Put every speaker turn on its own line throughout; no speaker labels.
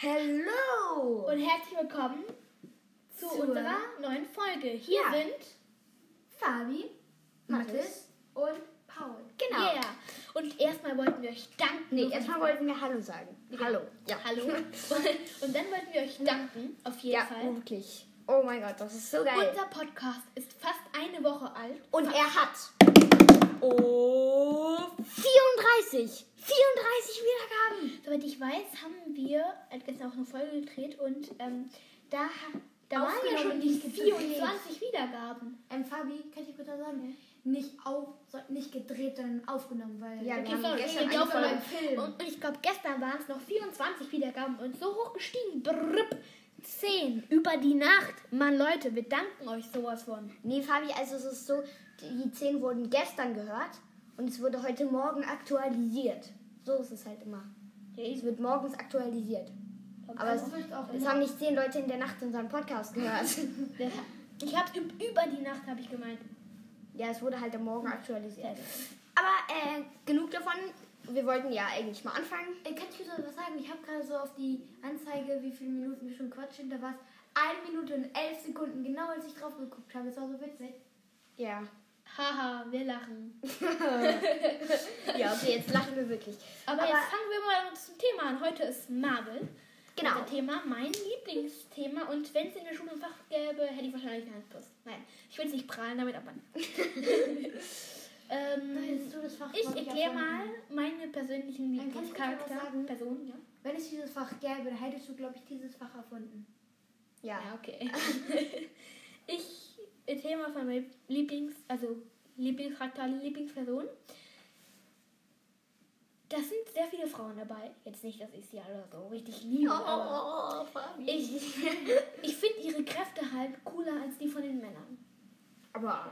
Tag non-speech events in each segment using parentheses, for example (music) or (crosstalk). Hello!
Und herzlich willkommen zu
Zur-
unserer neuen Folge. Hier
Ja.
sind
Fabi, Mathis
Mathis
und Paul.
genau. Yeah. Und erstmal wollten wir euch danken.
Nee, erstmal wollten wir Hallo sagen. Hallo. Ja. (laughs)
Hallo. Und dann wollten wir euch danken, auf jeden
Ja,
Fall.
wirklich. Oh mein Gott, das ist so geil.
Unser Podcast ist fast eine Woche alt.
Und er hat. Oh. 34. 34 Wiedergaben.
Soweit ich weiß, haben wir äh, gestern auch eine Folge gedreht und ähm, da, ha- da waren ja schon
Aufgenommen,
die
nicht gedreht.
24 Wiedergaben.
Ähm, Fabi, kann ich dir kurz was sagen? Nicht auf, so- nicht gedreht, sondern aufgenommen, weil.
Ja, wir
Okay,
haben
sorry,
gestern
ich glaub,
einfach
aber-
einen Film.
Und, und ich glaube, gestern waren es noch 24 Wiedergaben und so hoch gestiegen. Brrrp, 10 über die Nacht. Mann, Leute, wir danken euch sowas von.
Nee, Fabi, also es ist so, die 10 wurden gestern gehört und es wurde heute Morgen aktualisiert. So ist es halt immer. Es wird morgens aktualisiert. Aber es,
das wird auch
es
immer-
haben nicht 10 Leute in der Nacht unseren Podcast gehört. (laughs)
Ich habe über die Nacht, habe ich gemeint.
ja, es wurde halt am Morgen aktualisiert. Aber äh, genug davon. Wir wollten ja eigentlich mal anfangen.
Äh, kann ich kurz was sagen? Ich habe gerade so auf die Anzeige, wie viele Minuten wir schon quatschen, da war es 1 Minute und 11 Sekunden, genau als ich drauf geguckt habe. Das war so witzig.
Ja.
Haha, wir lachen.
Ja, okay, jetzt lachen wir wirklich.
Aber,
Aber-
jetzt fangen wir mal zum Thema an. Heute ist Marvel.
Genau.
Unser Thema, mein Lieblingsthema. Und wenn es in der Schule ein Fach gäbe, hätte ich wahrscheinlich einen Plus. Nein, ich will es nicht prahlen damit, aber.
Da
(laughs) ähm,
hättest du das Fach glaub
ich erkläre mal
erfunden.
meine persönlichen
Dann kann ich kurz mal was
Lieblingscharakter.
sagen.
Personen, ja?
Wenn es dieses Fach gäbe, dann hättest du, glaube ich, dieses Fach erfunden.
Ja.
Ja, okay. (laughs) ich, ein Thema von meinem Lieblings-, also Lieblingscharakter, Lieblingsperson. Das sind sehr viele Frauen dabei. Jetzt nicht, dass ich sie alle so richtig liebe, aber
Oh.
Fabi.
ich, (laughs) ich finde ihre Kräfte halt cooler als die von den Männern.
Aber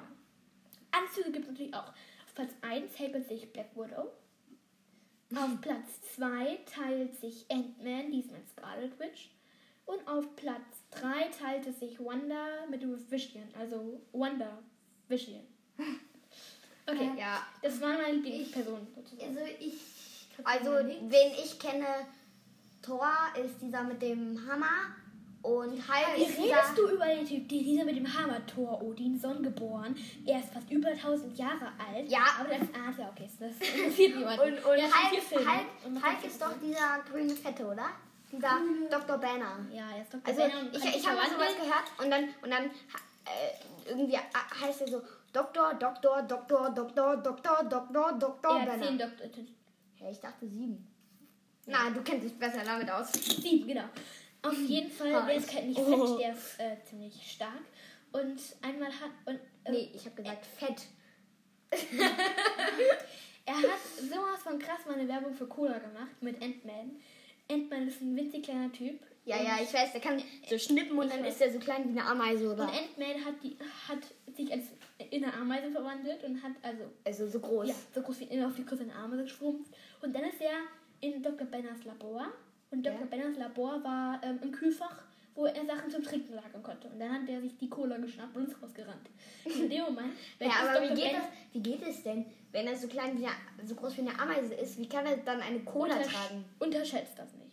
Anzüge gibt es natürlich auch. Auf Platz 1 häkelt sich Black Widow.
(laughs)
Auf Platz 2 teilt sich Ant-Man, diesmal Scarlet Witch. Und auf Platz 3 teilte sich Wanda mit Vision, also Wanda
(laughs)
Vision. Okay,
ja.
das waren meine Lieblingspersonen sozusagen.
Also ich.
Also, wen ich kenne, Thor ist dieser mit dem Hammer und Hulk
Wie
ist dieser...
redest du über den Typ, die- dieser mit dem Hammer Thor Odinson geboren? Er ist fast über 1000 Jahre alt.
Ja.
aber das ah, ja okay,
(laughs)
das interessiert niemanden.
Und, und
Ja, schon vier Filme.
Hulk,
Und
Hulk,
macht
Hulk
vier
ist doch
Filme.
dieser grüne Fette, oder? Dieser Dr. Banner.
Ja, er ist Dr.
Also,
Banner und
ich,
kann sich
ich habe mal sowas
verwandeln.
gehört und dann, und dann äh, irgendwie äh, heißt er so Doktor, Doktor, Doktor, Doktor, Doktor, Doktor, Doktor
Er hat zehn
Banner.
Doktor.
Hä, ich dachte sieben. Na, du kennst dich besser damit aus.
Sieben, genau. Auf jeden Fall,
Ah,
der
ich-
ist halt nicht
oh.
fett, der ist äh, ziemlich stark. Und einmal hat. Und, äh,
Nee, ich habe gesagt fett.
Er hat sowas von krass mal eine Werbung für Cola gemacht mit Ant-Man. Ant-Man ist ein winzig kleiner Typ.
Ja, ja, ich weiß, der kann so schnippen und
Ich
dann
weiß.
ist er so klein wie eine Ameise
Und
oder
Ant-Man hat, die- hat sich als in eine Ameise verwandelt und hat also
also so groß.
ja, so groß wie immer auf die kurzen Arme geschrumpft. Und dann ist er in Dr. Benners Labor. Und Dr.
Ja.
Benners Labor war ähm, im Kühlfach, wo er Sachen zum Trinken lagern konnte. Und dann hat er sich die Cola geschnappt und ist rausgerannt. In dem Moment,
Ja,
es
aber wie
Dr.
geht,
Ben
das, wie geht es denn, wenn er so klein wie eine, so groß wie eine Ameise ist? Wie kann er dann eine Cola
untersch-
tragen?
unterschätzt das nicht.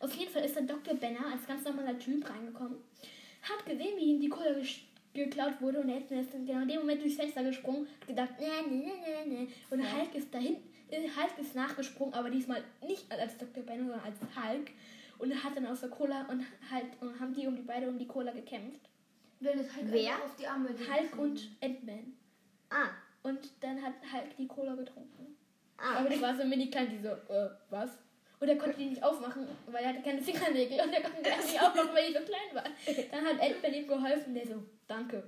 Auf jeden Fall ist dann Dr. Benner als ganz normaler Typ reingekommen, hat gesehen, wie ihm die Cola gesch- geklaut wurde und Ant-Man ist dann genau in dem Moment durchs Fenster gesprungen, hat gedacht, nee, nee, nee, nee, nee. Und Hulk ist dahin, äh, Hulk ist nachgesprungen, aber diesmal nicht als Dr. Benner, sondern als Hulk. Und hat dann aus der Cola und halt und haben die um die beide um die Cola gekämpft.
wenn es halt
Wer?
einfach auf die Arme
Hulk und Ant-Man.
Ah,
Und dann hat Hulk die Cola getrunken.
ah.
Aber die war so mini klein, die so, äh, was? Und er konnte die nicht aufmachen, weil er hatte keine Fingernägel und er konnte die nicht aufmachen, weil die so klein war. Dann hat Ant-Man ihm geholfen, der so, danke.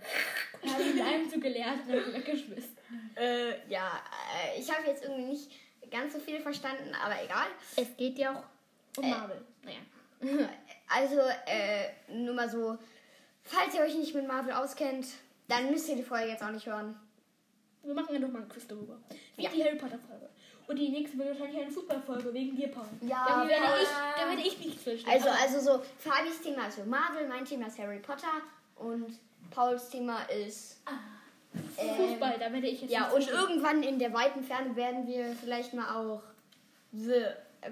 Er hat ihn in einem Zug gelehrt und dann weggeschmissen.
Äh, ja, äh, ich habe jetzt irgendwie nicht ganz so viel verstanden, aber egal.
Es geht ja auch um
Äh.
Marvel. Naja.
Also, äh, nur mal so, falls ihr euch nicht mit Marvel auskennt, dann müsst ihr die Folge jetzt auch nicht hören.
Wir machen ja noch mal ein Quiz darüber. Wie
Ja.
die Harry Potter-Folge. Und die nächste wird wahrscheinlich eine Fußballfolge wegen dir, Paul.
Ja,
Dann werde
Ah, Paul.
ich, dann werde ich nicht verstehen.
Also, also so, Fabis Thema ist so Marvel, mein Thema ist Harry Potter und Pauls Thema ist... ähm,
Fußball, da werde ich jetzt
Ja,
nicht
und
verstehen.
irgendwann in der weiten Ferne werden wir vielleicht mal auch The,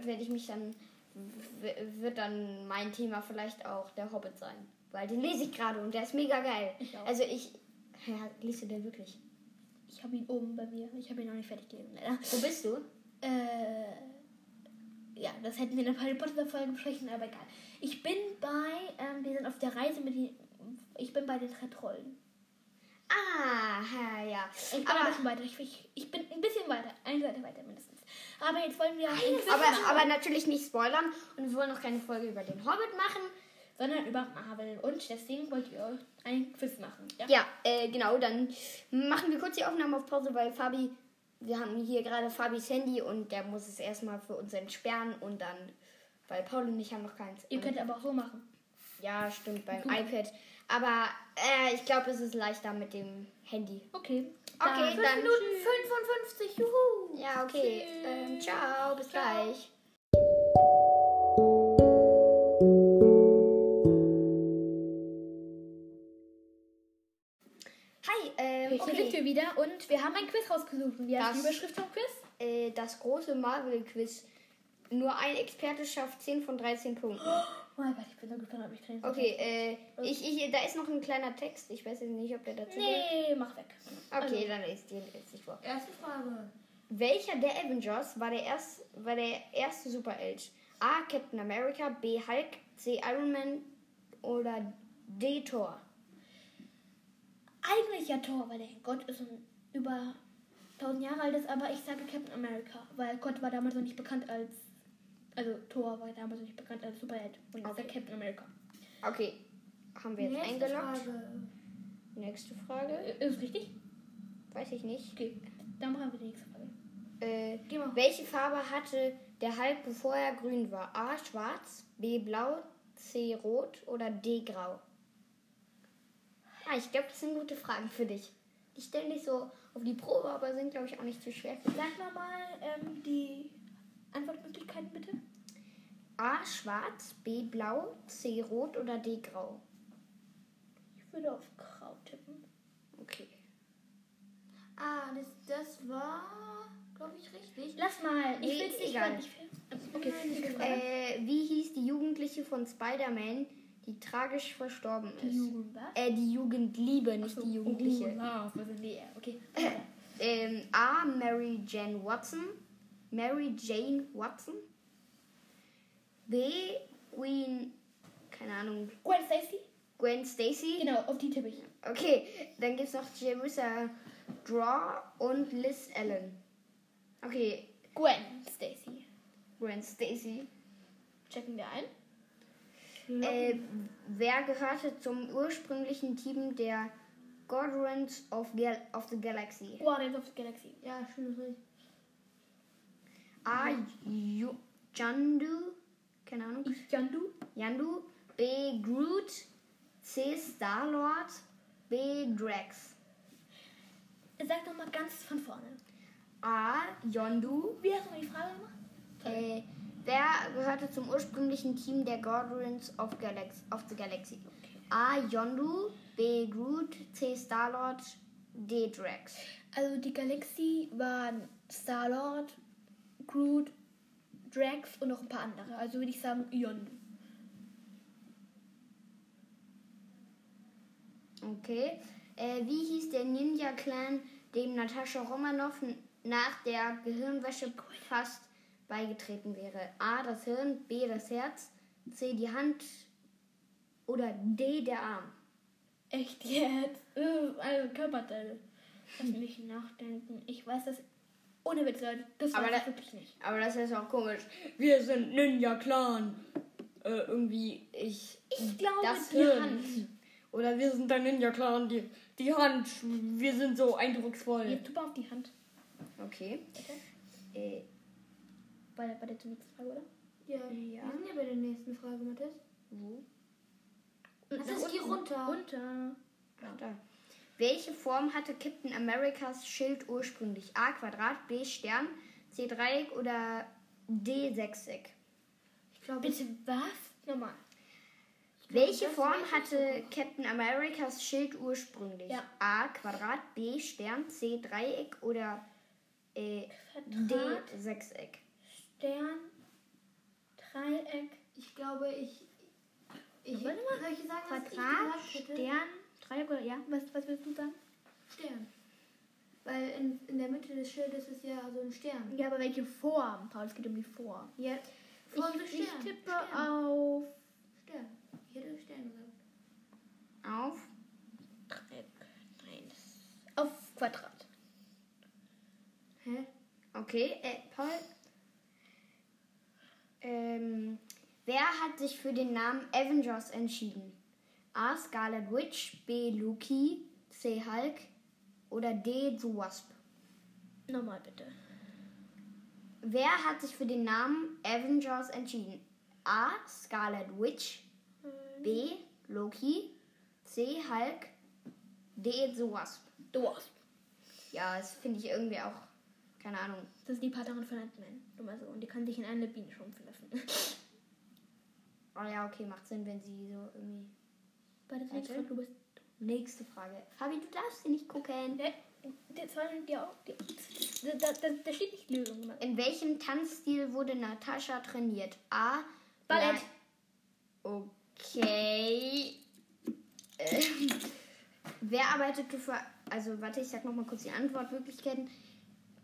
werde ich mich dann w- wird dann mein Thema vielleicht auch der Hobbit sein. Weil den lese ich gerade und der ist mega geil.
Ich auch.
Also ich. Ja, liest du den wirklich?
Ich habe ihn oben bei mir. Ich habe ihn noch nicht fertig gelesen, leider.
Wo bist du?
Äh, ja, das hätten wir in der Harry Potter Folge besprechen, aber egal. Ich bin bei, ähm, wir sind auf der Reise mit den, ich bin bei den drei Trollen.
Ah, ha, ja.
Ich bin ein
Aber,
bisschen weiter, ich, ich, ich bin ein bisschen weiter, eine Seite weiter mindestens. Aber jetzt wollen wir ein Quiz machen,
aber, aber natürlich nicht spoilern und wir wollen noch keine Folge über den Hobbit machen.
sondern über Marvel und deswegen wollt ihr euch ein Quiz machen. Ja.
Ja, äh, genau, dann machen wir kurz die Aufnahme auf Pause, weil Fabi, wir haben hier gerade Fabis Handy und der muss es erstmal für uns entsperren und dann, weil Paul und ich haben noch keins.
Ihr könnt aber auch so machen.
ja, stimmt, beim
Gut.
iPad. Aber äh, ich glaube, es ist leichter mit dem Handy.
Okay.
Okay,
Dann-
dann.
Minuten 55, juhu.
Ja, okay. Ähm, ciao, bis gleich. Hi, ähm,
Hier sind
okay.
wir wieder und wir haben ein Quiz rausgesucht. Und wir haben die
Das-
Überschrift vom Quiz.
Äh, das große Marvel-Quiz. Nur ein Experte schafft 10 von 13 Punkten.
Oh mein Gott, ich bin so gespannt, ob ich Tränen
Okay, äh, ich, ich, da ist noch ein kleiner Text. Ich weiß jetzt nicht, ob der dazu gehört.
Nee, mach weg.
Also-
Okay, dann ist den jetzt nicht vor.
Erste Frage.
Welcher der Avengers war der, erst, war der erste Superheld? A. Captain America, B. Hulk, C. Iron Man oder D. Thor?
Eigentlich ja Thor, weil der Gott ist und über 1000 Jahre alt ist, aber ich sage Captain America, weil Gott war damals noch nicht bekannt als. Also Thor war damals noch nicht bekannt als Superheld. Und ich sage
Okay.
Captain America.
Okay, haben wir jetzt
Nächste
eingeloggt.
Frage.
Nächste Frage.
Äh, Ist richtig?
Weiß ich nicht.
Okay, dann machen wir die nächste Frage.
Äh,
Geh mal.
welche Farbe hatte der Hulk, bevor er grün war? A. Schwarz, B. Blau, C. Rot oder D. Grau? Ah, ich glaube, das sind gute Fragen für dich. Die stellen dich so auf die Probe, aber sind, glaube ich, auch nicht zu schwer.
Sag mal mal ähm, die Antwortmöglichkeiten bitte.
A schwarz, B blau, C rot oder D grau?
Ich würde auf Grau tippen.
Okay.
Ah, das, das war, glaube ich, richtig.
Lass mal, ich
Nee,
will's nicht
egal.
hören. Ich will. Okay, nächste Frage.
Äh, wie hieß die Jugendliche von Spider-Man, die tragisch verstorben
Die
ist?
Jugend, was?
Äh, die Jugendliebe, nicht
So,
die
Oh,
Jugendliche.
wow, was sind die? Ja, Okay.
Ähm, A. Mary Jane Watson. Mary Jane Watson. B. Queen, keine Ahnung,
Gwen Stacy?
Gwen Stacy.
Genau, auf die tippe ich.
Okay, dann gibt's noch Jerusha Draw und Liz Allen. Okay,
Gwen Stacy.
Gwen Stacy.
Checken wir ein.
Äh, wer gehörte zum ursprünglichen Team der Guardians of, Gal of the Galaxy?
Guardians of the Galaxy.
Ja, schön richtig.
A. Yu- Jandu? Keine Ahnung.
Jandu.
Jandu. B. Groot. C. Star-Lord. B. Drax.
Sag doch mal ganz von vorne.
A. Yondu.
Wie hast du mal die Frage gemacht?
Äh, wer gehörte zum ursprünglichen Team der Guardians of, Galax of the Galaxy? A. Yondu. B. Groot. C. Star-Lord. D. Drax.
Also die Galaxy waren Star-Lord, Groot, Drax und noch ein paar andere. Also würde ich sagen Yondu.
Okay. Äh, wie hieß der Ninja-Clan, dem Natascha Romanoff n- nach der Gehirnwäsche fast beigetreten wäre? A. Das Hirn, B. Das Herz, C. Die Hand oder D. Der Arm?
Echt jetzt? Äh, Also Körperteile. Lass mich nachdenken. Ich weiß das. Ohne Witz, Leute. Das
Aber
weiß ich
da-
wirklich nicht.
Aber das ist auch komisch. Wir sind Ninja-Clan. Äh, irgendwie, ich.
Ich glaube
das
die
Hirn.
Hand.
Oder wir sind der Ninja-Clan, die, die Hand. Wir sind so eindrucksvoll.
Jetzt tu mal auf die Hand.
Okay. Äh,
Bei der, bei der nächsten Frage, oder?
Ja,
Ja.
wir sind ja bei der nächsten Frage, Mathis.
wo?
Das
Nach
ist die
unten.
runter.
Runter.
Ach, da. Welche Form hatte Captain Americas Schild ursprünglich? A Quadrat, B Stern, C Dreieck oder D Sechseck?
Ich glaube,
Bitte was? Nochmal.
Welche
das
Form
weiß ich
hatte Captain Americas Schild ursprünglich?
Ja.
A Quadrat, B Stern, C Dreieck oder äh, D
Quadrat,
Sechseck?
Stern, Dreieck.
Ich glaube, ich. ich soll
Warte
ich sagen, was
Quadrat,
ich gesagt hätte?
Stern, Dreieck oder ja? Was, was willst du sagen?
Stern. Weil in, in der Mitte des Schildes ist ja so ein Stern.
Ja, aber welche Form, Paul? Es geht um die Form.
Ja. Form des
Ich, ich
Sterns.
tippe
Stern.
auf
Stern. Ich hätte Stern gesagt.
Auf.
Dreieck. Nein. das- Auf Quadrat.
Hä?
Okay, äh, Paul. Ähm, wer hat sich für den Namen Avengers entschieden? A. Scarlet Witch, B. Loki, C. Hulk oder D. The Wasp?
Nochmal bitte.
Wer hat sich für den Namen Avengers entschieden? A. Scarlet Witch, B. Loki, C. Hulk, D. The Wasp.
Du warst.
Ja, das finde ich irgendwie auch, keine Ahnung.
Das ist die Partnerin von Ant-Man. Nur mal so. Und die kann sich in eine Biene schrumpfen lassen.
Oh ja, okay, macht Sinn, wenn sie so irgendwie...
(laughs) Bei der
Warte.
Frage, du bist.
Nächste Frage. Fabi, du darfst sie nicht gucken.
Ne, das war dir auch. die- Da, da, da, da steht nicht Lösung. Mann.
In welchem Tanzstil wurde Natascha trainiert? A.
Ballett.
Li- Okay. Ähm, Wer arbeitete für. Also, warte, ich sag nochmal kurz die Antwortmöglichkeiten: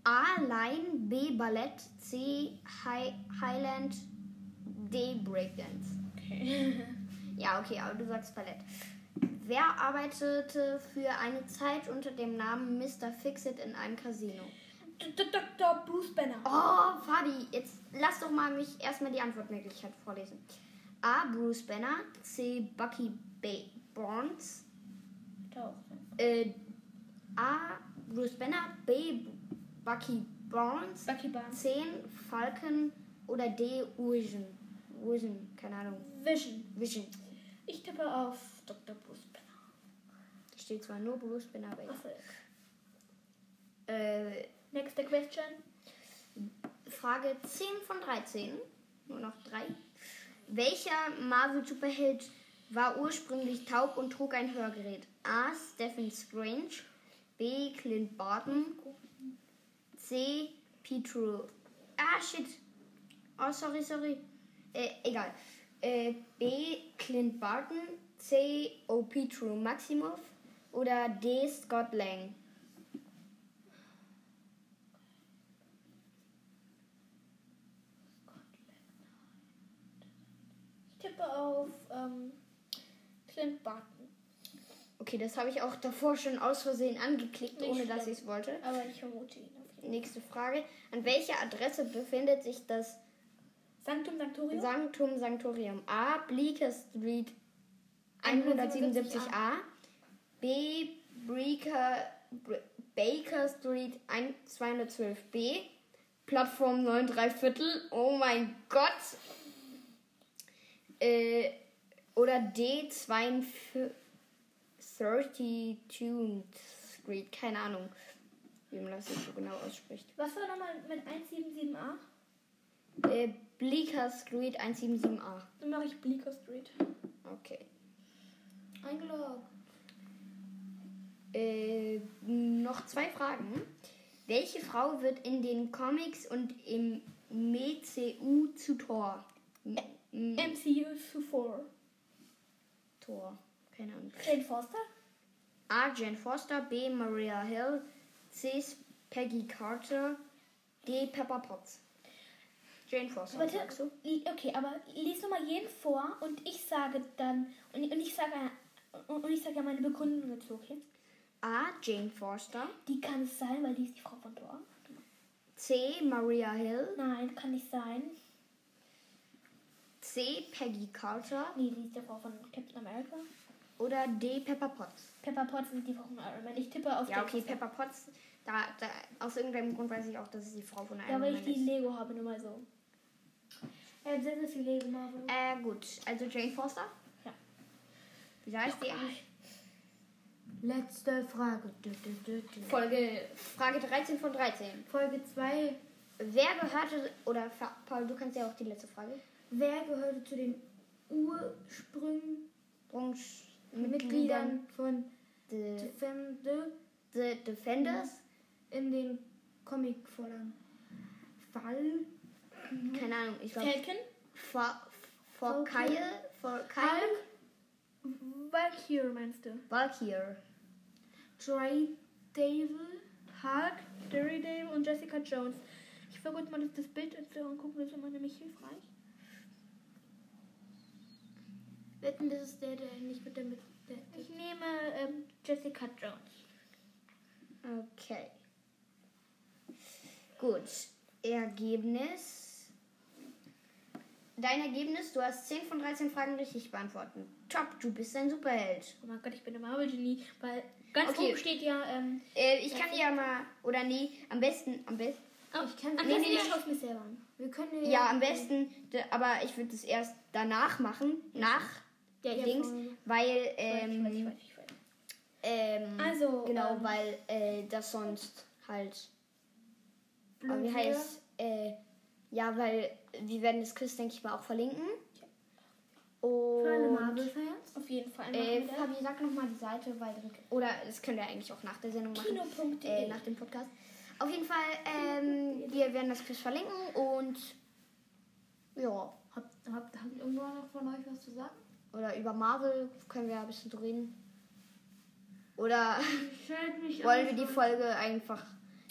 A. Line, B. Ballett, C. Hi Highland, D. Breakdance. Ja, okay, aber du sagst Ballett. Wer arbeitete für eine Zeit unter dem Namen Mr. Fixit in einem Casino?
D- D- Dr. Bruce Banner.
Oh, Fabi, jetzt lass doch mal mich erstmal die Antwortmöglichkeit vorlesen. A. Bruce Banner, C. Bucky ba Barnes,
Da auch.
äh, A. Bruce Banner, B. Bucky Barnes,
Bucky Barnes.
C. Falcon oder D. Vision. Vision, keine Ahnung.
Vision.
Vision.
Ich tippe auf Dr. Bruce Banner.
Da steht zwar nur Bruce Banner, aber ja.
Achso.
Äh,
Next question.
Frage 10 von 13. Nur noch drei. Welcher Marvel-Superheld war ursprünglich taub und trug ein Hörgerät? A. Stephen Strange. B. Clint Barton. C. Petro. Ah, shit. Oh, sorry, sorry. Äh, egal. Äh, B. Clint Barton. C. O. Petro Maximoff. Oder D. Scott Lang.
Ich tippe auf ähm, Clint Barton.
Okay, das habe ich auch davor schon aus Versehen angeklickt,
Nicht
ohne dass
schlimm.
ich es wollte.
Aber ich vermute ihn auf jeden Fall.
Nächste Frage. An welcher Adresse befindet sich das
Sanctum Sanctorium?
Sanctum Sanctorium? A. Bleecker Street 177a. B. Breaker, Br- Baker Street 1 212b. Plattform 93 Viertel. Oh mein Gott. Äh, oder D. 32 Street. Keine Ahnung, wie man das jetzt so genau ausspricht.
Was war nochmal mit 177a?
Äh, Bleaker Street 177a.
Dann mache ich Bleecker Street.
Okay.
Eingeloggt.
Äh, noch zwei Fragen. Welche Frau wird in den Comics und im MCU zu Thor? M- M-
MCU zuvor.
Thor. Keine Ahnung.
Jane Foster?
A. Jane Foster, B. Maria Hill, C. Peggy Carter, D. Pepper Potts. Jane Foster,
Warte.
sagst du?
Li- Okay, aber lies nochmal jeden vor und ich sage dann. Und, und ich sage und, und ich sage ja meine Begründung dazu, okay?
A. Jane Foster,
Die kann es sein, weil die ist die Frau von Thor.
C. Maria Hill,
Nein, kann nicht sein.
C. Peggy Carter
Nee, die ist die Frau von Captain America.
oder D. Pepper Potts.
Pepper Potts ist die Frau von Iron Man. Ich tippe auf
Ja,
Jane
okay,
Foster.
Pepper Potts. Da, da, aus irgendeinem Grund weiß ich auch, dass es die Frau von
Ja,
Iron
weil ich
Man
die
ist.
Lego habe, nur mal so.
Er hat sehr, sehr viel Lego Marvel.
Äh, gut. Also Jane Foster?
Ja.
Wie heißt die eigentlich?
Letzte Frage. Dü, dü, dü, dü.
Folge, Frage 13 von 13.
Folge 2.
Wer gehörte, oder Fa- Paul, du kannst ja auch die letzte Frage.
Wer gehörte zu den Ursprüngen
Ursprungsmitgliedern
Mitgliedern von
The,
Defender
the Defenders?
in den Comic-Vorlagen? Fall?
Keine Ahnung, ich glaube
Mhm. Falcon?
vor, vor
Volker.
Kyle, vor Kyle,
Hulk. Valkyrie meinst du?
Valkyr.
Dre Devil.
Hulk, Daredevil und Jessica Jones. Ich will kurz mal das, das Bild dazu angucken, das ist immer nämlich hilfreich.
Wetten, das ist der, der nicht mit der mit. Der, der.
Ich nehme ähm, Jessica Jones.
Okay. Gut. Ergebnis. Dein Ergebnis, du hast 10 von 13 Fragen richtig beantwortet. Top, du bist ein Superheld.
Oh mein Gott, ich bin ein Marvel-Genie, weil ganz
Okay.
oben steht ja. Ähm,
Äh, ich kann dir ja mal, oder nee, am besten, am besten,
oh, ich kann
nee,
nee,
nee,
nee,
nee.
ich schaue mir selber an.
Wir können
ja, am besten, d- aber ich würde es erst danach machen, nach der
Ja,
Dings,
voll.
weil,
Ich weiß, ich
ähm,
weiß, ich weiß.
ähm,
Also,
genau,
ähm,
weil, äh, das sonst halt,
blöd
aber wie
wäre.
heißt, äh, ja, weil wir werden das Quiz, denke ich mal, auch verlinken.
Für alle
Und,
Marvel-Fans.
Auf jeden Fall.
äh,
machen wir das.
Fabi, sag nochmal die Seite, weil, dann- oder das können wir eigentlich auch nach der Sendung machen.
Kino.de.
äh, nach dem Podcast. Auf jeden Fall, ähm, wir werden das Quiz verlinken und ja,
Habt, habt, habt irgendwo noch von euch was zu sagen?
oder über Marvel können wir ja ein bisschen so reden. Oder
Schalt mich
wollen wir die Folge einfach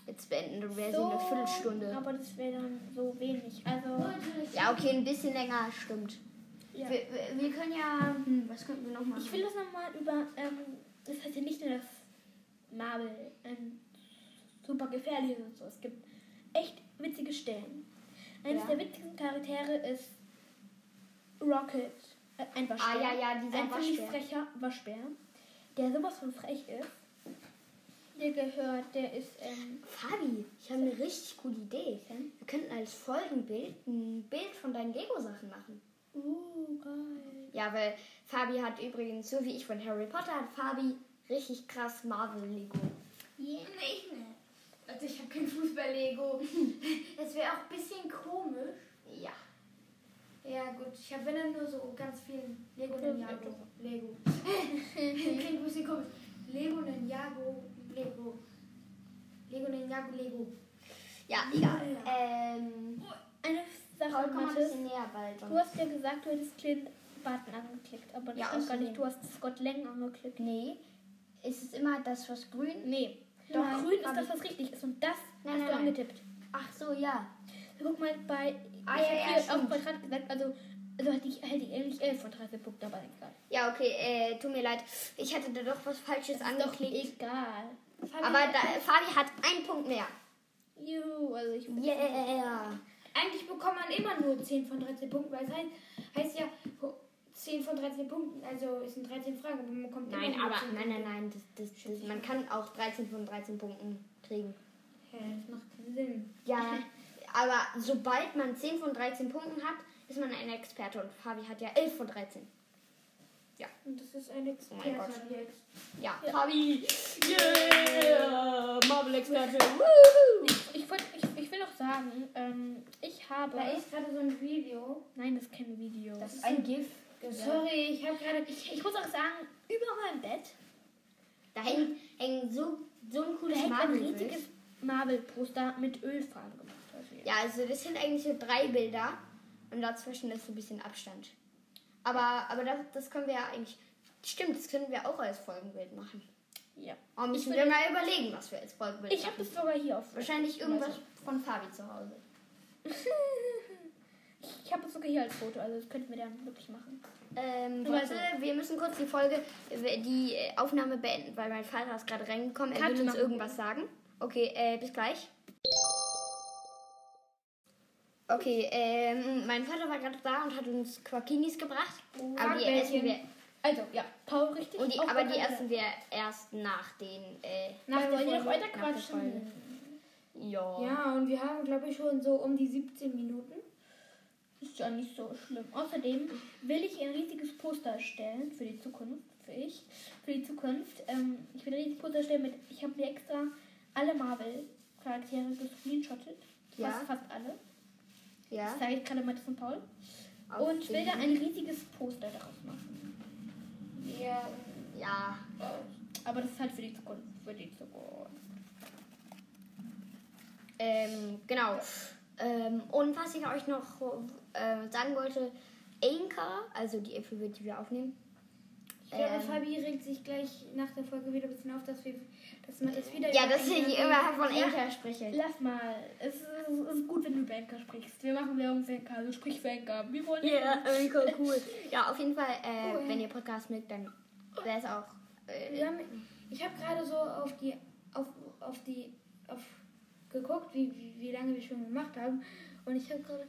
jetzt beenden? Dann wäre sie
So,
eine Viertelstunde.
Aber das wäre dann so wenig. Also,
Ja, okay, ein bisschen länger, stimmt.
ja.
Wir, wir, wir können ja, hm, was könnten wir noch machen?
ich will das nochmal über. Ähm, das heißt ja nicht nur, dass Marvel ähm, super gefährlich ist und so. Es gibt echt witzige Stellen. Eines
Ja.
der witzigsten Charaktere ist Rocket. Äh, ein Waschbär.
ah ja, ja, dieser
ein ziemlich
Waschbär.
frecher Waschbär, der sowas von frech ist. Der gehört, der ist. Ähm,
Fabi, ich habe eine richtig gute Idee. Wir könnten als Folgenbild ein Bild von deinen Lego-Sachen machen.
uh, geil.
Ja, weil Fabi hat übrigens, so wie ich von Harry Potter, hat Fabi richtig krass Marvel-Lego.
Nee, ich nicht. Also ich habe kein (laughs) Fußball-Lego. Es wäre auch ein bisschen komisch.
Ja.
Ja gut, ich habe wenn dann nur so ganz viel Lego Ninjago. Lego. (laughs) Klingt ein bisschen komisch. Lego Ninjago, Lego. Lego Ninjago, Lego.
Ja, egal. Ähm,
Eine Sache,
Paul, komm mal ein
Mathis.
bisschen näher, um. weil
Du
sonst...
hast ja gesagt, du hättest Clint Barton angeklickt, aber das
Ja,
stimmt gar
außerdem.
nicht. Du hast Scott Lang angeklickt.
Nee, ist es immer das, was grün...
Nee. Doch,
Doch, Nein,
grün ist
hab
das,
ich-
was richtig ist. Und das
Nein, nein,
hast du
nein.
angetippt.
Ach so, ja.
Guck mal bei.
Ah,
ich
ja,
hab
ja,
hier auf
stimmt.
Quadrat gesagt, also, also hätte ich, hätte ich eigentlich 11 von 13 Punkten, aber egal.
Ja, okay, äh, tut mir leid. Ich hatte da doch was Falsches
Doch,
angeklickt.
egal.
Aber da, Fabi hat einen Punkt mehr.
Juhu, also ich.
Yeah.
Eigentlich bekommt man immer nur 10 von 13 Punkten, weil es heißt, heißt ja 10 von 13 Punkten, also es sind 13 Fragen, aber man bekommt immer
Nein,
nur
aber...
10
Nein, nein, nein. Das, das, das, man kann auch 13 von 13 Punkten kriegen.
Hä, das macht keinen Sinn.
Ja, (laughs) aber sobald man 10 von 13 Punkten hat, ist man ein Experte und Fabi hat ja 11 von 13.
Und das ist ein
Oh mein Gott.
Experte.
Ja,
Ja.
Fabi!
Yeah!
Marvel-Experte!
Ich, ich, wollt- ich, ich will noch sagen, ähm, ich habe.
Da ist gerade so ein Video.
Nein, das ist kein Video. Also
Das ist ein GIF.
Sorry, ich habe gerade.
ich, ich muss auch sagen, über meinem Bett
Da hängt, hängt so, so ein
da
cooles
hängt ein
Marvel-Bild.
riesiges Marvel-Poster mit Ölfarben gemacht. Also,
Ja, also das sind eigentlich so drei Bilder und dazwischen ist so ein bisschen Abstand. Aber, aber das, das können wir ja eigentlich. Stimmt, das können wir auch als Folgenbild machen.
ja.
Aber müssen
Ich
wir
will-
mal überlegen, was wir als Folgenbild
Ich
machen.
habe es sogar hier auf.
Wahrscheinlich irgendwas
Also,
von Fabi zu Hause.
Ich habe es sogar hier als Foto, also das könnten wir dann wirklich machen.
Ähm,
Aber
warte, wir müssen kurz die Folge, äh, die äh, Aufnahme beenden, weil mein Vater ist gerade reingekommen. Er
Cut
will uns
machen.
irgendwas sagen. Okay, äh, bis gleich. Okay, ähm, mein Vater war gerade da und hat uns Quackinis gebracht. Aber die essen wir,
Also, ja, Paul richtig.
und die,
auch
aber die
Paul-
essen wir erst nach den, äh,
Na, wollen
Nach der
wir noch
Folge.
weiter
nach der Folge.
quatschen?
ja.
Ja, und wir haben, glaube ich, schon so um die 17 Minuten.
Ist ja nicht so schlimm. Außerdem will ich ein riesiges Poster erstellen für die Zukunft. Für ich. Für die Zukunft. Ähm, ich will ein riesiges Poster erstellen mit. Ich habe mir extra alle Marvel-Charaktere gescreenshottet.
Ja.
Fast, fast alle. Das
ja.
zeige ich gerade Matthias und Paul.
Auf
und will
den-
da ein riesiges Poster daraus machen.
Ja.
Ja,
Aber das ist halt für die Zukunft. Für die Zukunft.
ähm, genau. Ähm, und was ich euch noch äh, sagen wollte, Inka, also die Episode, die wir aufnehmen.
Ich glaube,
Ähm.
Fabi regt sich gleich nach der Folge wieder ein bisschen auf, dass, wir, dass man das wieder.
Ja,
über
dass ich
England
immer von
Ja.
Inka spreche.
Lass mal. Es ist, es ist gut, wenn du über Anker sprichst. Wir machen Werbung für Anker. Also sprich für Anker.
(laughs)
Wir wollen
(laughs)
Inka, cool. Ja, auf jeden Fall, äh,
Cool.
wenn ihr Podcast mögt, dann wäre es auch. Äh,
Wir haben, ich habe gerade so auf die auf, auf die auf geguckt, wie, wie, wie lange wir schon gemacht haben und ich habe gerade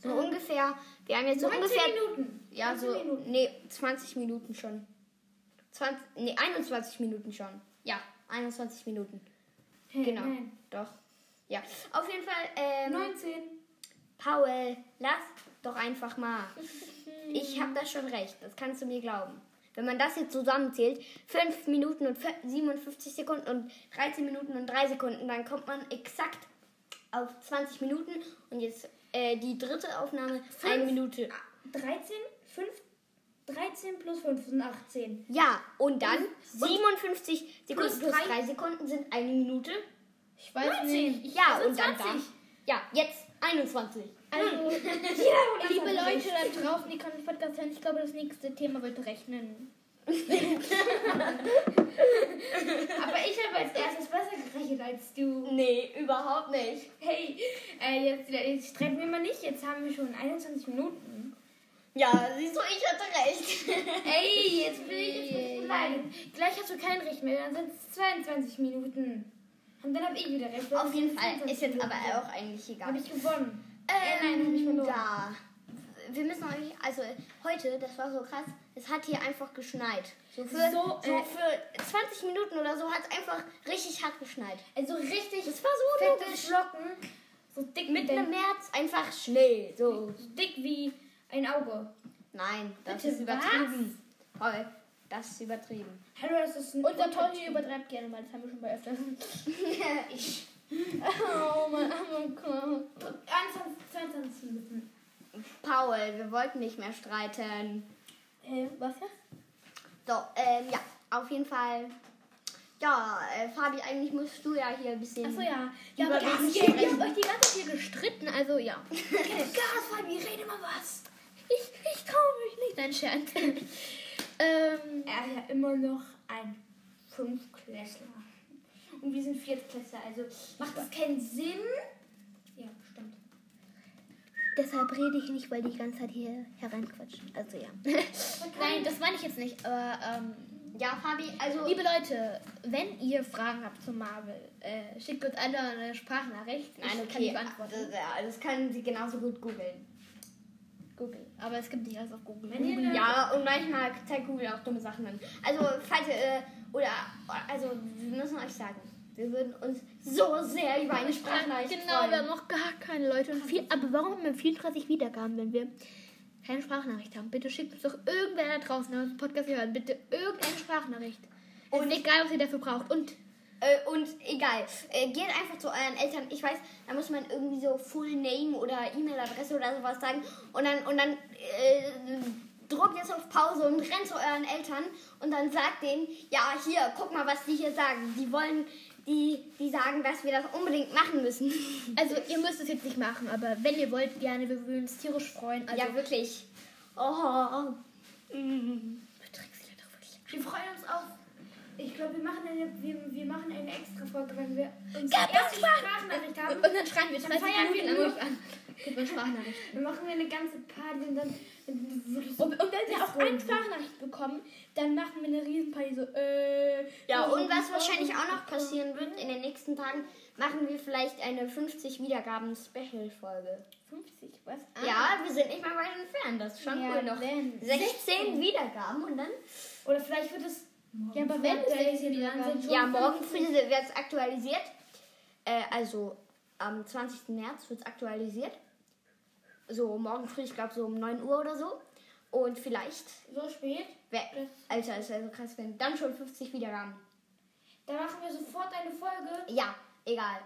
So ungefähr, wir haben jetzt so
19
ungefähr.
Minuten.
Ja,
19
so.
Minuten.
Nee, 20 Minuten schon. 20, nee, 21 Minuten schon. Ja, 21 Minuten.
Hä,
genau.
Nein.
Doch. Ja. Auf jeden Fall, ähm,
19.
Paul, lass doch einfach
(laughs)
mal. Ich habe das schon recht, das kannst du mir glauben. Wenn man das jetzt zusammenzählt, 5 Minuten und 57 Sekunden und 13 Minuten und 3 Sekunden, dann kommt man exakt auf 20 Minuten. Und jetzt äh, die dritte Aufnahme,
Fünf? Ah,
1 Minute.
13, 5 13 plus 5 sind 18.
Ja, und dann 57 Sekunden
plus
plus
drei-
3 Sekunden sind 1 Minute.
Ich weiß
19.
nicht. Ich
Ja,
also
und dann,
20.
dann. Ja, jetzt 21. (laughs)
(laughs) Also,
Ja,
liebe Leute da draußen, die kann den Podcast hören. Ich glaube, das nächste Thema
(laughs)
wird Rechnen. (laughs)
aber ich habe als erstes besser gerechnet als du.
Nee, überhaupt nicht.
Hey, äh, jetzt, jetzt streiten wir mal nicht. Jetzt haben wir schon 21 Minuten.
Ja, siehst du, ich hatte recht.
Ey, jetzt bin ich jetzt bin ich beleidigt. Gleich hast du kein Recht mehr, dann sind es 22 Minuten. Und dann habe ich wieder Recht.
Auf jeden Fall ist jetzt aber auch eigentlich egal.
Habe ich gewonnen. Äh,
Ähm,
nein, hab ich verloren.
Ja. Wir müssen eigentlich, also äh, heute, das war so krass, es hat hier einfach geschneit. So für, so,
So, äh,
für 20 Minuten oder so hat es einfach richtig hart geschneit.
Also richtig
Das war so
fette
logisch.
Flocken. So dick, wie
Mitten im
dein,
März einfach Schnee. So.
so dick wie ein Auge.
Nein, das
Bitte
ist übertrieben. Paul, das ist übertrieben. (laughs)
Hallo, das ist ein
Unser Tony übertreibt gerne mal. Das haben wir schon mal öfters.
ich.
Oh, mein armer Kopf.
21, 22 Minuten.
Paul, wir wollten nicht mehr streiten.
Äh,
Hä, was jetzt?
So, ähm, ja, auf jeden Fall. Ja, äh, Fabi, eigentlich musst du ja hier ein bisschen.
Achso, ja. Ja,
Über
aber ihr habt
Gas
euch ihr
sprechen.
habt euch die ganze Zeit hier gestritten, also ja.
Gas, Fabi, rede mal was.
Ich, ich traue mich nicht, nein,
(laughs)
Scherz. ähm,
Er ist ja immer noch ein Fünfklässler. Und wir sind Viertklässler, also macht das keinen Sinn? Ja, stimmt.
Deshalb rede ich nicht, weil die die ganze Zeit hier hereinquatschen. Also ja.
(laughs) nein, das meine ich jetzt nicht, aber ähm,
Ja, Fabi, also.
liebe Leute, wenn ihr Fragen habt zu Marvel, äh, schickt uns alle eine Sprachnachricht.
Nein,
ich
okay. äh,
kann die beantworten.
Das, ja, das können sie genauso gut googeln.
Google. Aber es gibt nicht alles auf Google.
Wenn ihr
Google.
eine-
Ja, und manchmal zeigt Google auch dumme Sachen an. Also, falls ihr, äh, oder, also, wir müssen euch sagen, wir würden uns so sehr über eine Sprachnachricht
Genau, wir
freuen.
haben noch gar keine Leute. Und viel, aber warum haben wir 34 Wiedergaben, wenn wir keine Sprachnachricht haben? Bitte schickt uns doch irgendwer da draußen, der unseren Podcast hört, bitte irgendeine Sprachnachricht. Und ist egal, was ihr dafür braucht. Und
Äh, und egal, äh, geht einfach zu euren Eltern. Ich weiß, da muss man irgendwie so Full Name oder E-Mail-Adresse oder sowas sagen. Und dann, und dann äh, drückt jetzt auf Pause und rennt zu euren Eltern und dann sagt denen, ja, hier, guck mal, was die hier sagen. Die wollen, die, die sagen, dass wir das unbedingt machen müssen.
also ihr müsst es jetzt nicht machen, aber wenn ihr wollt, gerne, wir würden uns tierisch freuen. Also
ja, wirklich. Oh. Mm.
Wir freuen uns auf. Ich glaube, wir machen eine, wir, wir machen eine extra Folge, wenn wir uns die
Ja, das
erste
machen-
Sprachnachricht haben.
und dann schreien wir
Dann
30
feiern wir
Minuten
nur.
lang euch an. Guckt mal Sprachnachrichten.
Dann machen wir eine ganze Party und dann wirklich so
Und, und wenn wir auch eine Sprachnachricht bekommen, dann machen wir eine Riesenparty so, äh.
Ja, und was wahrscheinlich auch noch passieren wird in den nächsten Tagen, machen wir vielleicht eine 50 Wiedergaben Special Folge.
50, was? Ah,
Ja, wir sind nicht mal weit entfernt, das ist schon
Ja,
cool noch.
wenn.
16 Wiedergaben und dann?
Oder vielleicht wird es.
Ja, aber wenn es
Daisy
denn wieder
dran
ganz-
sind, schon
Ja, morgen
50.
früh wird es aktualisiert. Äh, also am 20. März wird es aktualisiert. So morgen früh, ich glaube so um 9 Uhr oder so. Und vielleicht,
So spät.
wer, Alter, es wäre so krass, wenn dann schon 50 Wiedergaben.
Da machen wir sofort eine Folge.
Ja, egal.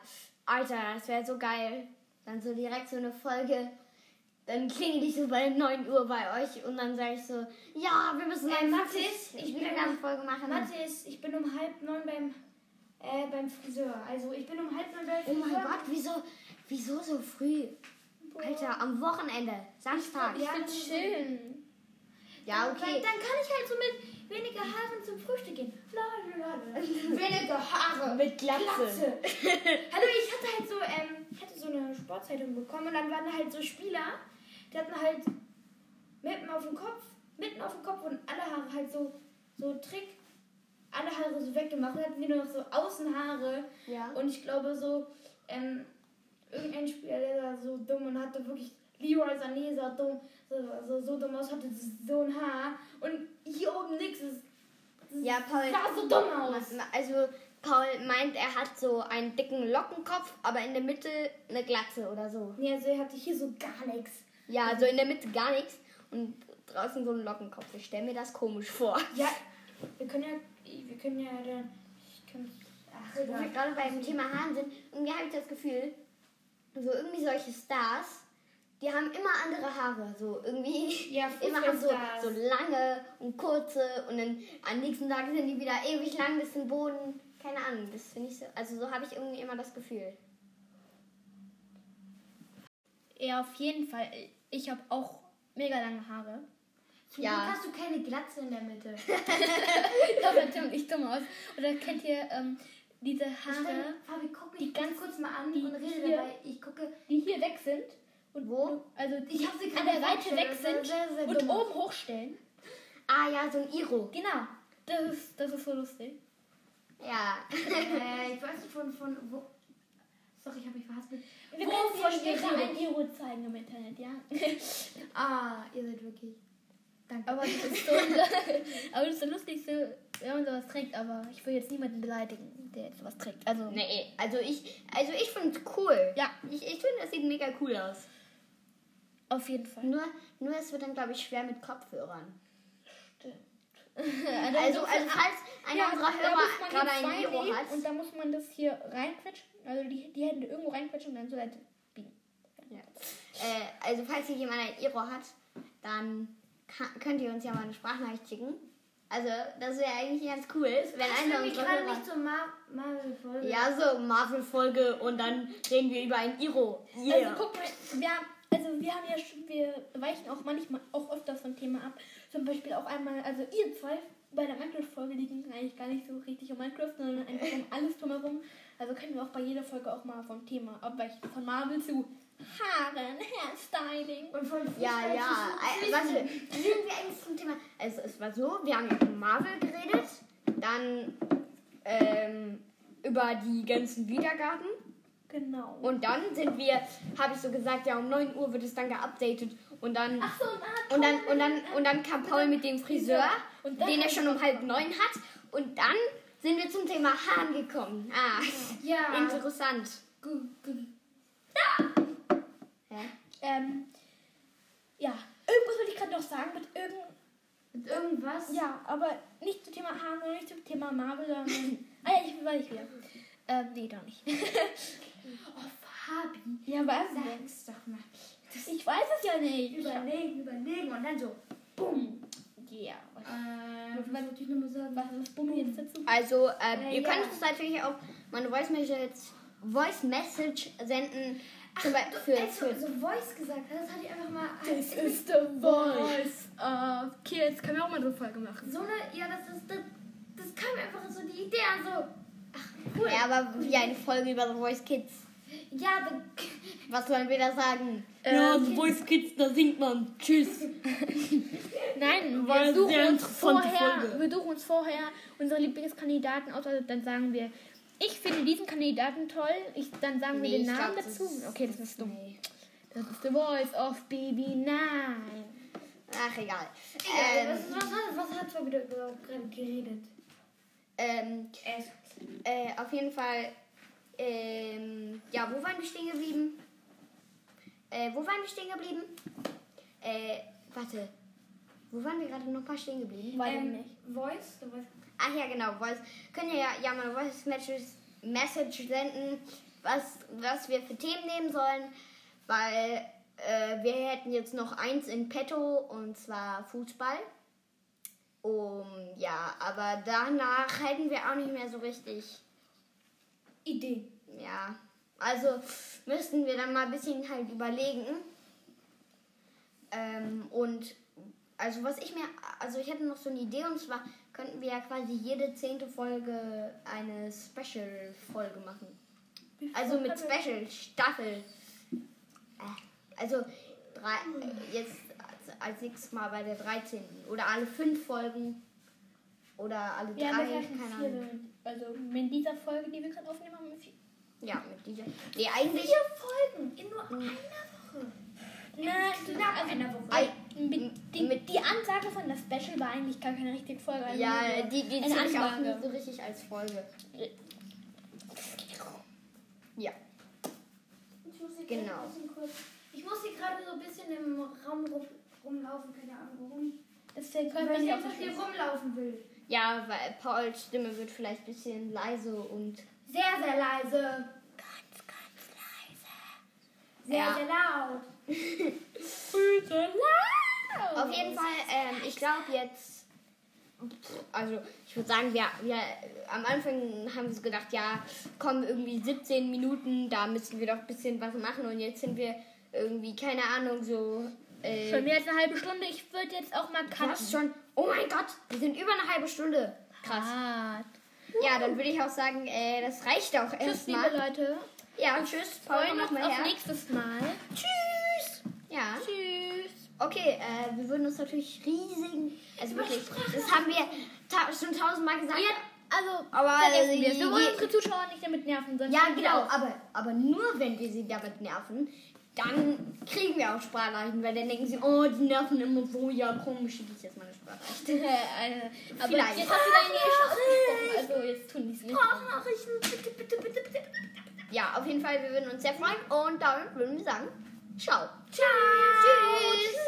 Alter, das wäre so geil. Dann so direkt so eine Folge. Dann klingel ich so bei 9 Uhr bei euch und dann sage ich so, ja, wir müssen
Äh,
eine
Mathis, ich bin
ganze Folge machen.
Mathis, ich bin um halb neun beim, äh, beim Friseur. Also ich bin um halb neun beim
Oh
Friseur.
mein Gott, wieso, wieso so früh? Alter, am Wochenende. Samstag.
Ja,
Ich will
das ist-
chillen.
Ja,
Weil
okay.
dann kann ich halt so mit weniger Haaren zum Frühstück gehen. Lalalala. weniger Haare.
Mit
Glatze. (laughs) Hallo, ich hatte halt so, ähm, ich hatte so eine Sportzeitung bekommen und dann waren da halt so Spieler, die hatten halt mitten auf dem Kopf, mitten auf dem Kopf und alle Haare halt so, so Trick, alle Haare so weggemacht. Dann hatten die nur noch so Außenhaare
Ja.
und ich glaube so, ähm, irgendein Spieler, der war so dumm und hatte wirklich Leroy Sané sah dumm, so, so, so dumm aus, hatte so ein Haar und hier oben nix. Es
Ja, Paul.
sah so dumm aus.
Also, Paul meint, er hat so einen dicken Lockenkopf, aber in der Mitte eine Glatze oder so.
Nee, also er hatte hier so gar nichts.
Ja, also in der Mitte gar nichts und draußen so ein Lockenkopf. Ich stelle mir das komisch vor.
Ja, wir können ja, wir können ja dann, ich kann, ach,
Also, Wo wir gerade
egal.
beim Thema Haaren sind, irgendwie habe ich das Gefühl, so irgendwie solche Stars, die haben immer andere Haare. So irgendwie
Ja,
immer haben so,
Fußballstars.
so lange und kurze und dann am nächsten Tag sind die wieder ewig lang bis zum Boden. Keine Ahnung, das finde ich so. Also so habe ich irgendwie immer das Gefühl.
Ja, auf jeden Fall. Ich habe auch mega lange Haare.
Zum
Ja.
Glück hast du keine Glatze in der Mitte.
(laughs) Das sieht ziemlich dumm aus. Oder kennt ihr ähm, diese Haare,
Stimmt, Fabi, guck
Die
mich ganz
ganz-
kurz mal an
die
und rede
hier-
dabei. Ich gucke,
die hier weg sind? Und
Wo?
Also die
Ich hab sie
an
gerade
der Seite
vorgestellt,
weg
das sah
sind
sehr, sehr
und
dumm aus.
oben hochstellen.
Ah ja, so ein Iro.
Genau. Das ist, das ist so lustig.
Ja.
(laughs) äh, ich weiß nicht von, von, wo. Sorry, ich habe mich verhaspelt.
Wir
Wovon
können dir
wir
später ein
reden?
Giro zeigen im Internet, ja.
Ah, ihr seid wirklich.
(laughs)
Danke.
Aber das ist so, aber das ist so lustig, so, wenn man sowas trägt. Aber ich will jetzt niemanden beleidigen, der jetzt sowas trägt. Also,
nee, also ich, also ich finde es cool.
Ja.
Ich, ich finde, das sieht mega cool aus.
auf jeden Fall.
Nur, nur es wird dann, glaube ich, schwer mit Kopfhörern.
Also,
Also, also falls einer
Ja,
unserer
da muss
Hörer
man
gerade
hier
ein
zwei
Iro
nehmen
hat.
Und da muss man das hier reinquetschen. Also die, die Hände irgendwo reinquetschen und dann so weit biegen.
Ja. Äh, also falls hier jemand ein Iro hat, dann ka- könnt ihr uns ja mal eine Sprachnachricht schicken. Also das wäre eigentlich ganz cool, wenn
Ich
einer
will mich
unserer
gerade
Hörer...
nicht zur Mar Marvel-Folge.
Ja, so Marvel-Folge und dann reden wir über ein Iro. Yeah.
Also guck mal, wir haben, also wir haben ja schon, wir weichen auch manchmal auch öfters vom Thema ab. Zum Beispiel auch einmal, also ihr zwei bei der Minecraft-Folge, die ging eigentlich gar nicht so richtig um Minecraft, sondern einfach um alles drumherum. Also können wir auch bei jeder Folge auch mal vom Thema abweichen. Von Marvel zu Haaren, Hairstyling.
Und von
ja,
Fußball
ja.
zu
Äh, warte, wie sind wir eigentlich zum Thema? Also es war so, wir haben über Marvel geredet, dann ähm, über die ganzen Wiedergaben.
Genau.
Und dann sind wir, habe ich so gesagt, ja, um 9 Uhr wird es dann geupdatet. Und dann,
Ach so, na,
und dann, und dann, und dann kam Paul mit dem Friseur,
Und dann
den er
kam-
schon um halb neun hat. Und dann sind wir zum Thema Haaren gekommen. Ah,
Ja.
interessant.
Gu- gu-
Hä?
ähm, ja, irgendwas wollte ich gerade noch sagen mit irgendeinem
Mit irgendwas?
Ja, aber nicht zum Thema Haaren und nicht zum Thema Marvel, sondern. ah ja, ich weiß wieder. Ähm, nee, doch nicht.
Oh, Fabi.
Ja, was
Sag's doch mal.
Ich weiß es ja nicht.
Überlegen, überlegen und dann so.
Bumm. Ja. was-
Äh, was wollte ich nochmal sagen?
Was ist Bumm jetzt dazu?
Also, ähm,
Äh,
ihr
ja.
könnt uns natürlich auch mal eine Voice Message, Voice Message senden. Zum Beispiel für,
Als du
für,
so Voice gesagt hast, hatte ich einfach mal.
Das ist The Voice of Kids. Können wir auch mal so eine Folge machen?
So eine. Ja, das ist. Das, das kam mir einfach so die Idee an. So.
Ja, aber wie eine Folge über The Voice Kids.
Ja, da,
Was sollen wir da sagen?
Ja,
The Voice Kids, da singt man. Tschüss.
Nein,
War
wir
eine
suchen,
sehr
uns
interessante
vorher,
Folge.
wir suchen uns vorher unsere Lieblingskandidaten aus. Also dann sagen wir, ich finde diesen Kandidaten toll. Ich, dann sagen
Nee,
wir den
ich
Namen
glaub, das
dazu.
ist-
okay, das ist dumm. Das ist The Voice of Baby Nine.
Ach, egal.
Egal,
Ähm,
was, was, hat, was hat Fabi da überhaupt gerade geredet?
ähm, äh, auf jeden Fall, ähm, ja, wo waren wir stehen geblieben? Äh, wo waren wir stehen geblieben? Äh, warte. Wo waren wir gerade nochmal stehen geblieben?
Weiß ich
Ähm,
nicht.
Voice? Du weißt,
Ach ja, genau, Voice. Könnt ihr ja, ja mal Voice Message, Message senden, was, was wir für Themen nehmen sollen, weil äh, wir hätten jetzt noch eins in petto und zwar Fußball. Um, ja, aber danach hätten wir auch nicht mehr so richtig,
Idee.
ja, Also müssten wir dann mal ein bisschen halt überlegen. Ähm, und also was ich mir, also ich hatte noch so eine Idee und zwar könnten wir ja quasi jede zehnte Folge eine Special-Folge machen. Also mit Special, Staffel. Äh, Also drei, äh, jetzt als, als nächstes Mal bei der 13. Oder alle fünf Folgen. Oder alle
Ja,
drei,
aber wir hatten
keine
vier.
Ahnung.
wenn- Also mit dieser Folge, die wir gerade aufnehmen, haben wir vier.
Ja, mit dieser. Nee, eigentlich.
Vier Folgen in nur einer Woche.
Na,
Knapp einer Woche.
Ei,
mit, die,
mit-
die Ansage von der Special war eigentlich gar keine richtige Folge. Also
ja,
nur-
die, die
Eine
zähle ich auch
Ansage.
nicht so richtig als Folge. Ja.
Ich muss hier
Genau.
gerade ein bisschen kurz- Ich muss hier gerade so ein bisschen im Raum rum, rumlaufen, keine Ahnung warum.
Deswegen können wir
Weil ich
nicht auf
einfach
die
hier rumlaufen will.
Ja, weil Pauls Stimme wird vielleicht ein bisschen leise und.
Sehr, sehr leise. Ganz, ganz leise. Sehr,
Ja.
sehr laut.
Füße. Oh,
Auf jeden Fall, ähm, ich glaube jetzt. Also, ich würde sagen, wir, wir am Anfang haben wir so gedacht, ja, kommen irgendwie 17 Minuten, da müssen wir doch ein bisschen was machen und jetzt sind wir irgendwie, keine Ahnung, so. Äh,
Schon mehr als eine halbe Stunde. Ich würde jetzt auch mal
Du hast schon. Oh mein Gott, wir sind über eine halbe Stunde. Krass.
Krass.
Ja, dann würde ich auch sagen, äh, das reicht auch
Tschüss, liebe
erstmal.
Leute.
Ja, tschüss.
Freuen
Paul,
uns
noch mal
auf
her.
nächstes Mal.
Tschüss. Ja.
Tschüss.
Okay, äh, wir würden uns natürlich riesig. Also wirklich, das haben wir ta schon tausendmal gesagt.
Ja, also,
aber
vergessen wir es.
je-
Wir wollen unsere Zuschauer nicht damit nerven. Sonst
ja,
hören wir
genau.
auf.
Aber, aber nur, wenn wir sie damit nerven, dann kriegen wir auch Sprachnachrichten, weil dann denken sie, oh, die nerven immer so. Ja, komm, schicke ich jetzt mal eine Sprachnachricht.
(laughs) Äh, aber
Vielleicht.
jetzt hast du deine Geschichte ausgesprochen. Also, jetzt tun die es nicht.
Sprachnachrichten, bitte, bitte, bitte, bitte, bitte.
Ja, auf jeden Fall, wir würden uns sehr freuen und damit würden wir sagen, ciao.
Ciao.
Tschüss.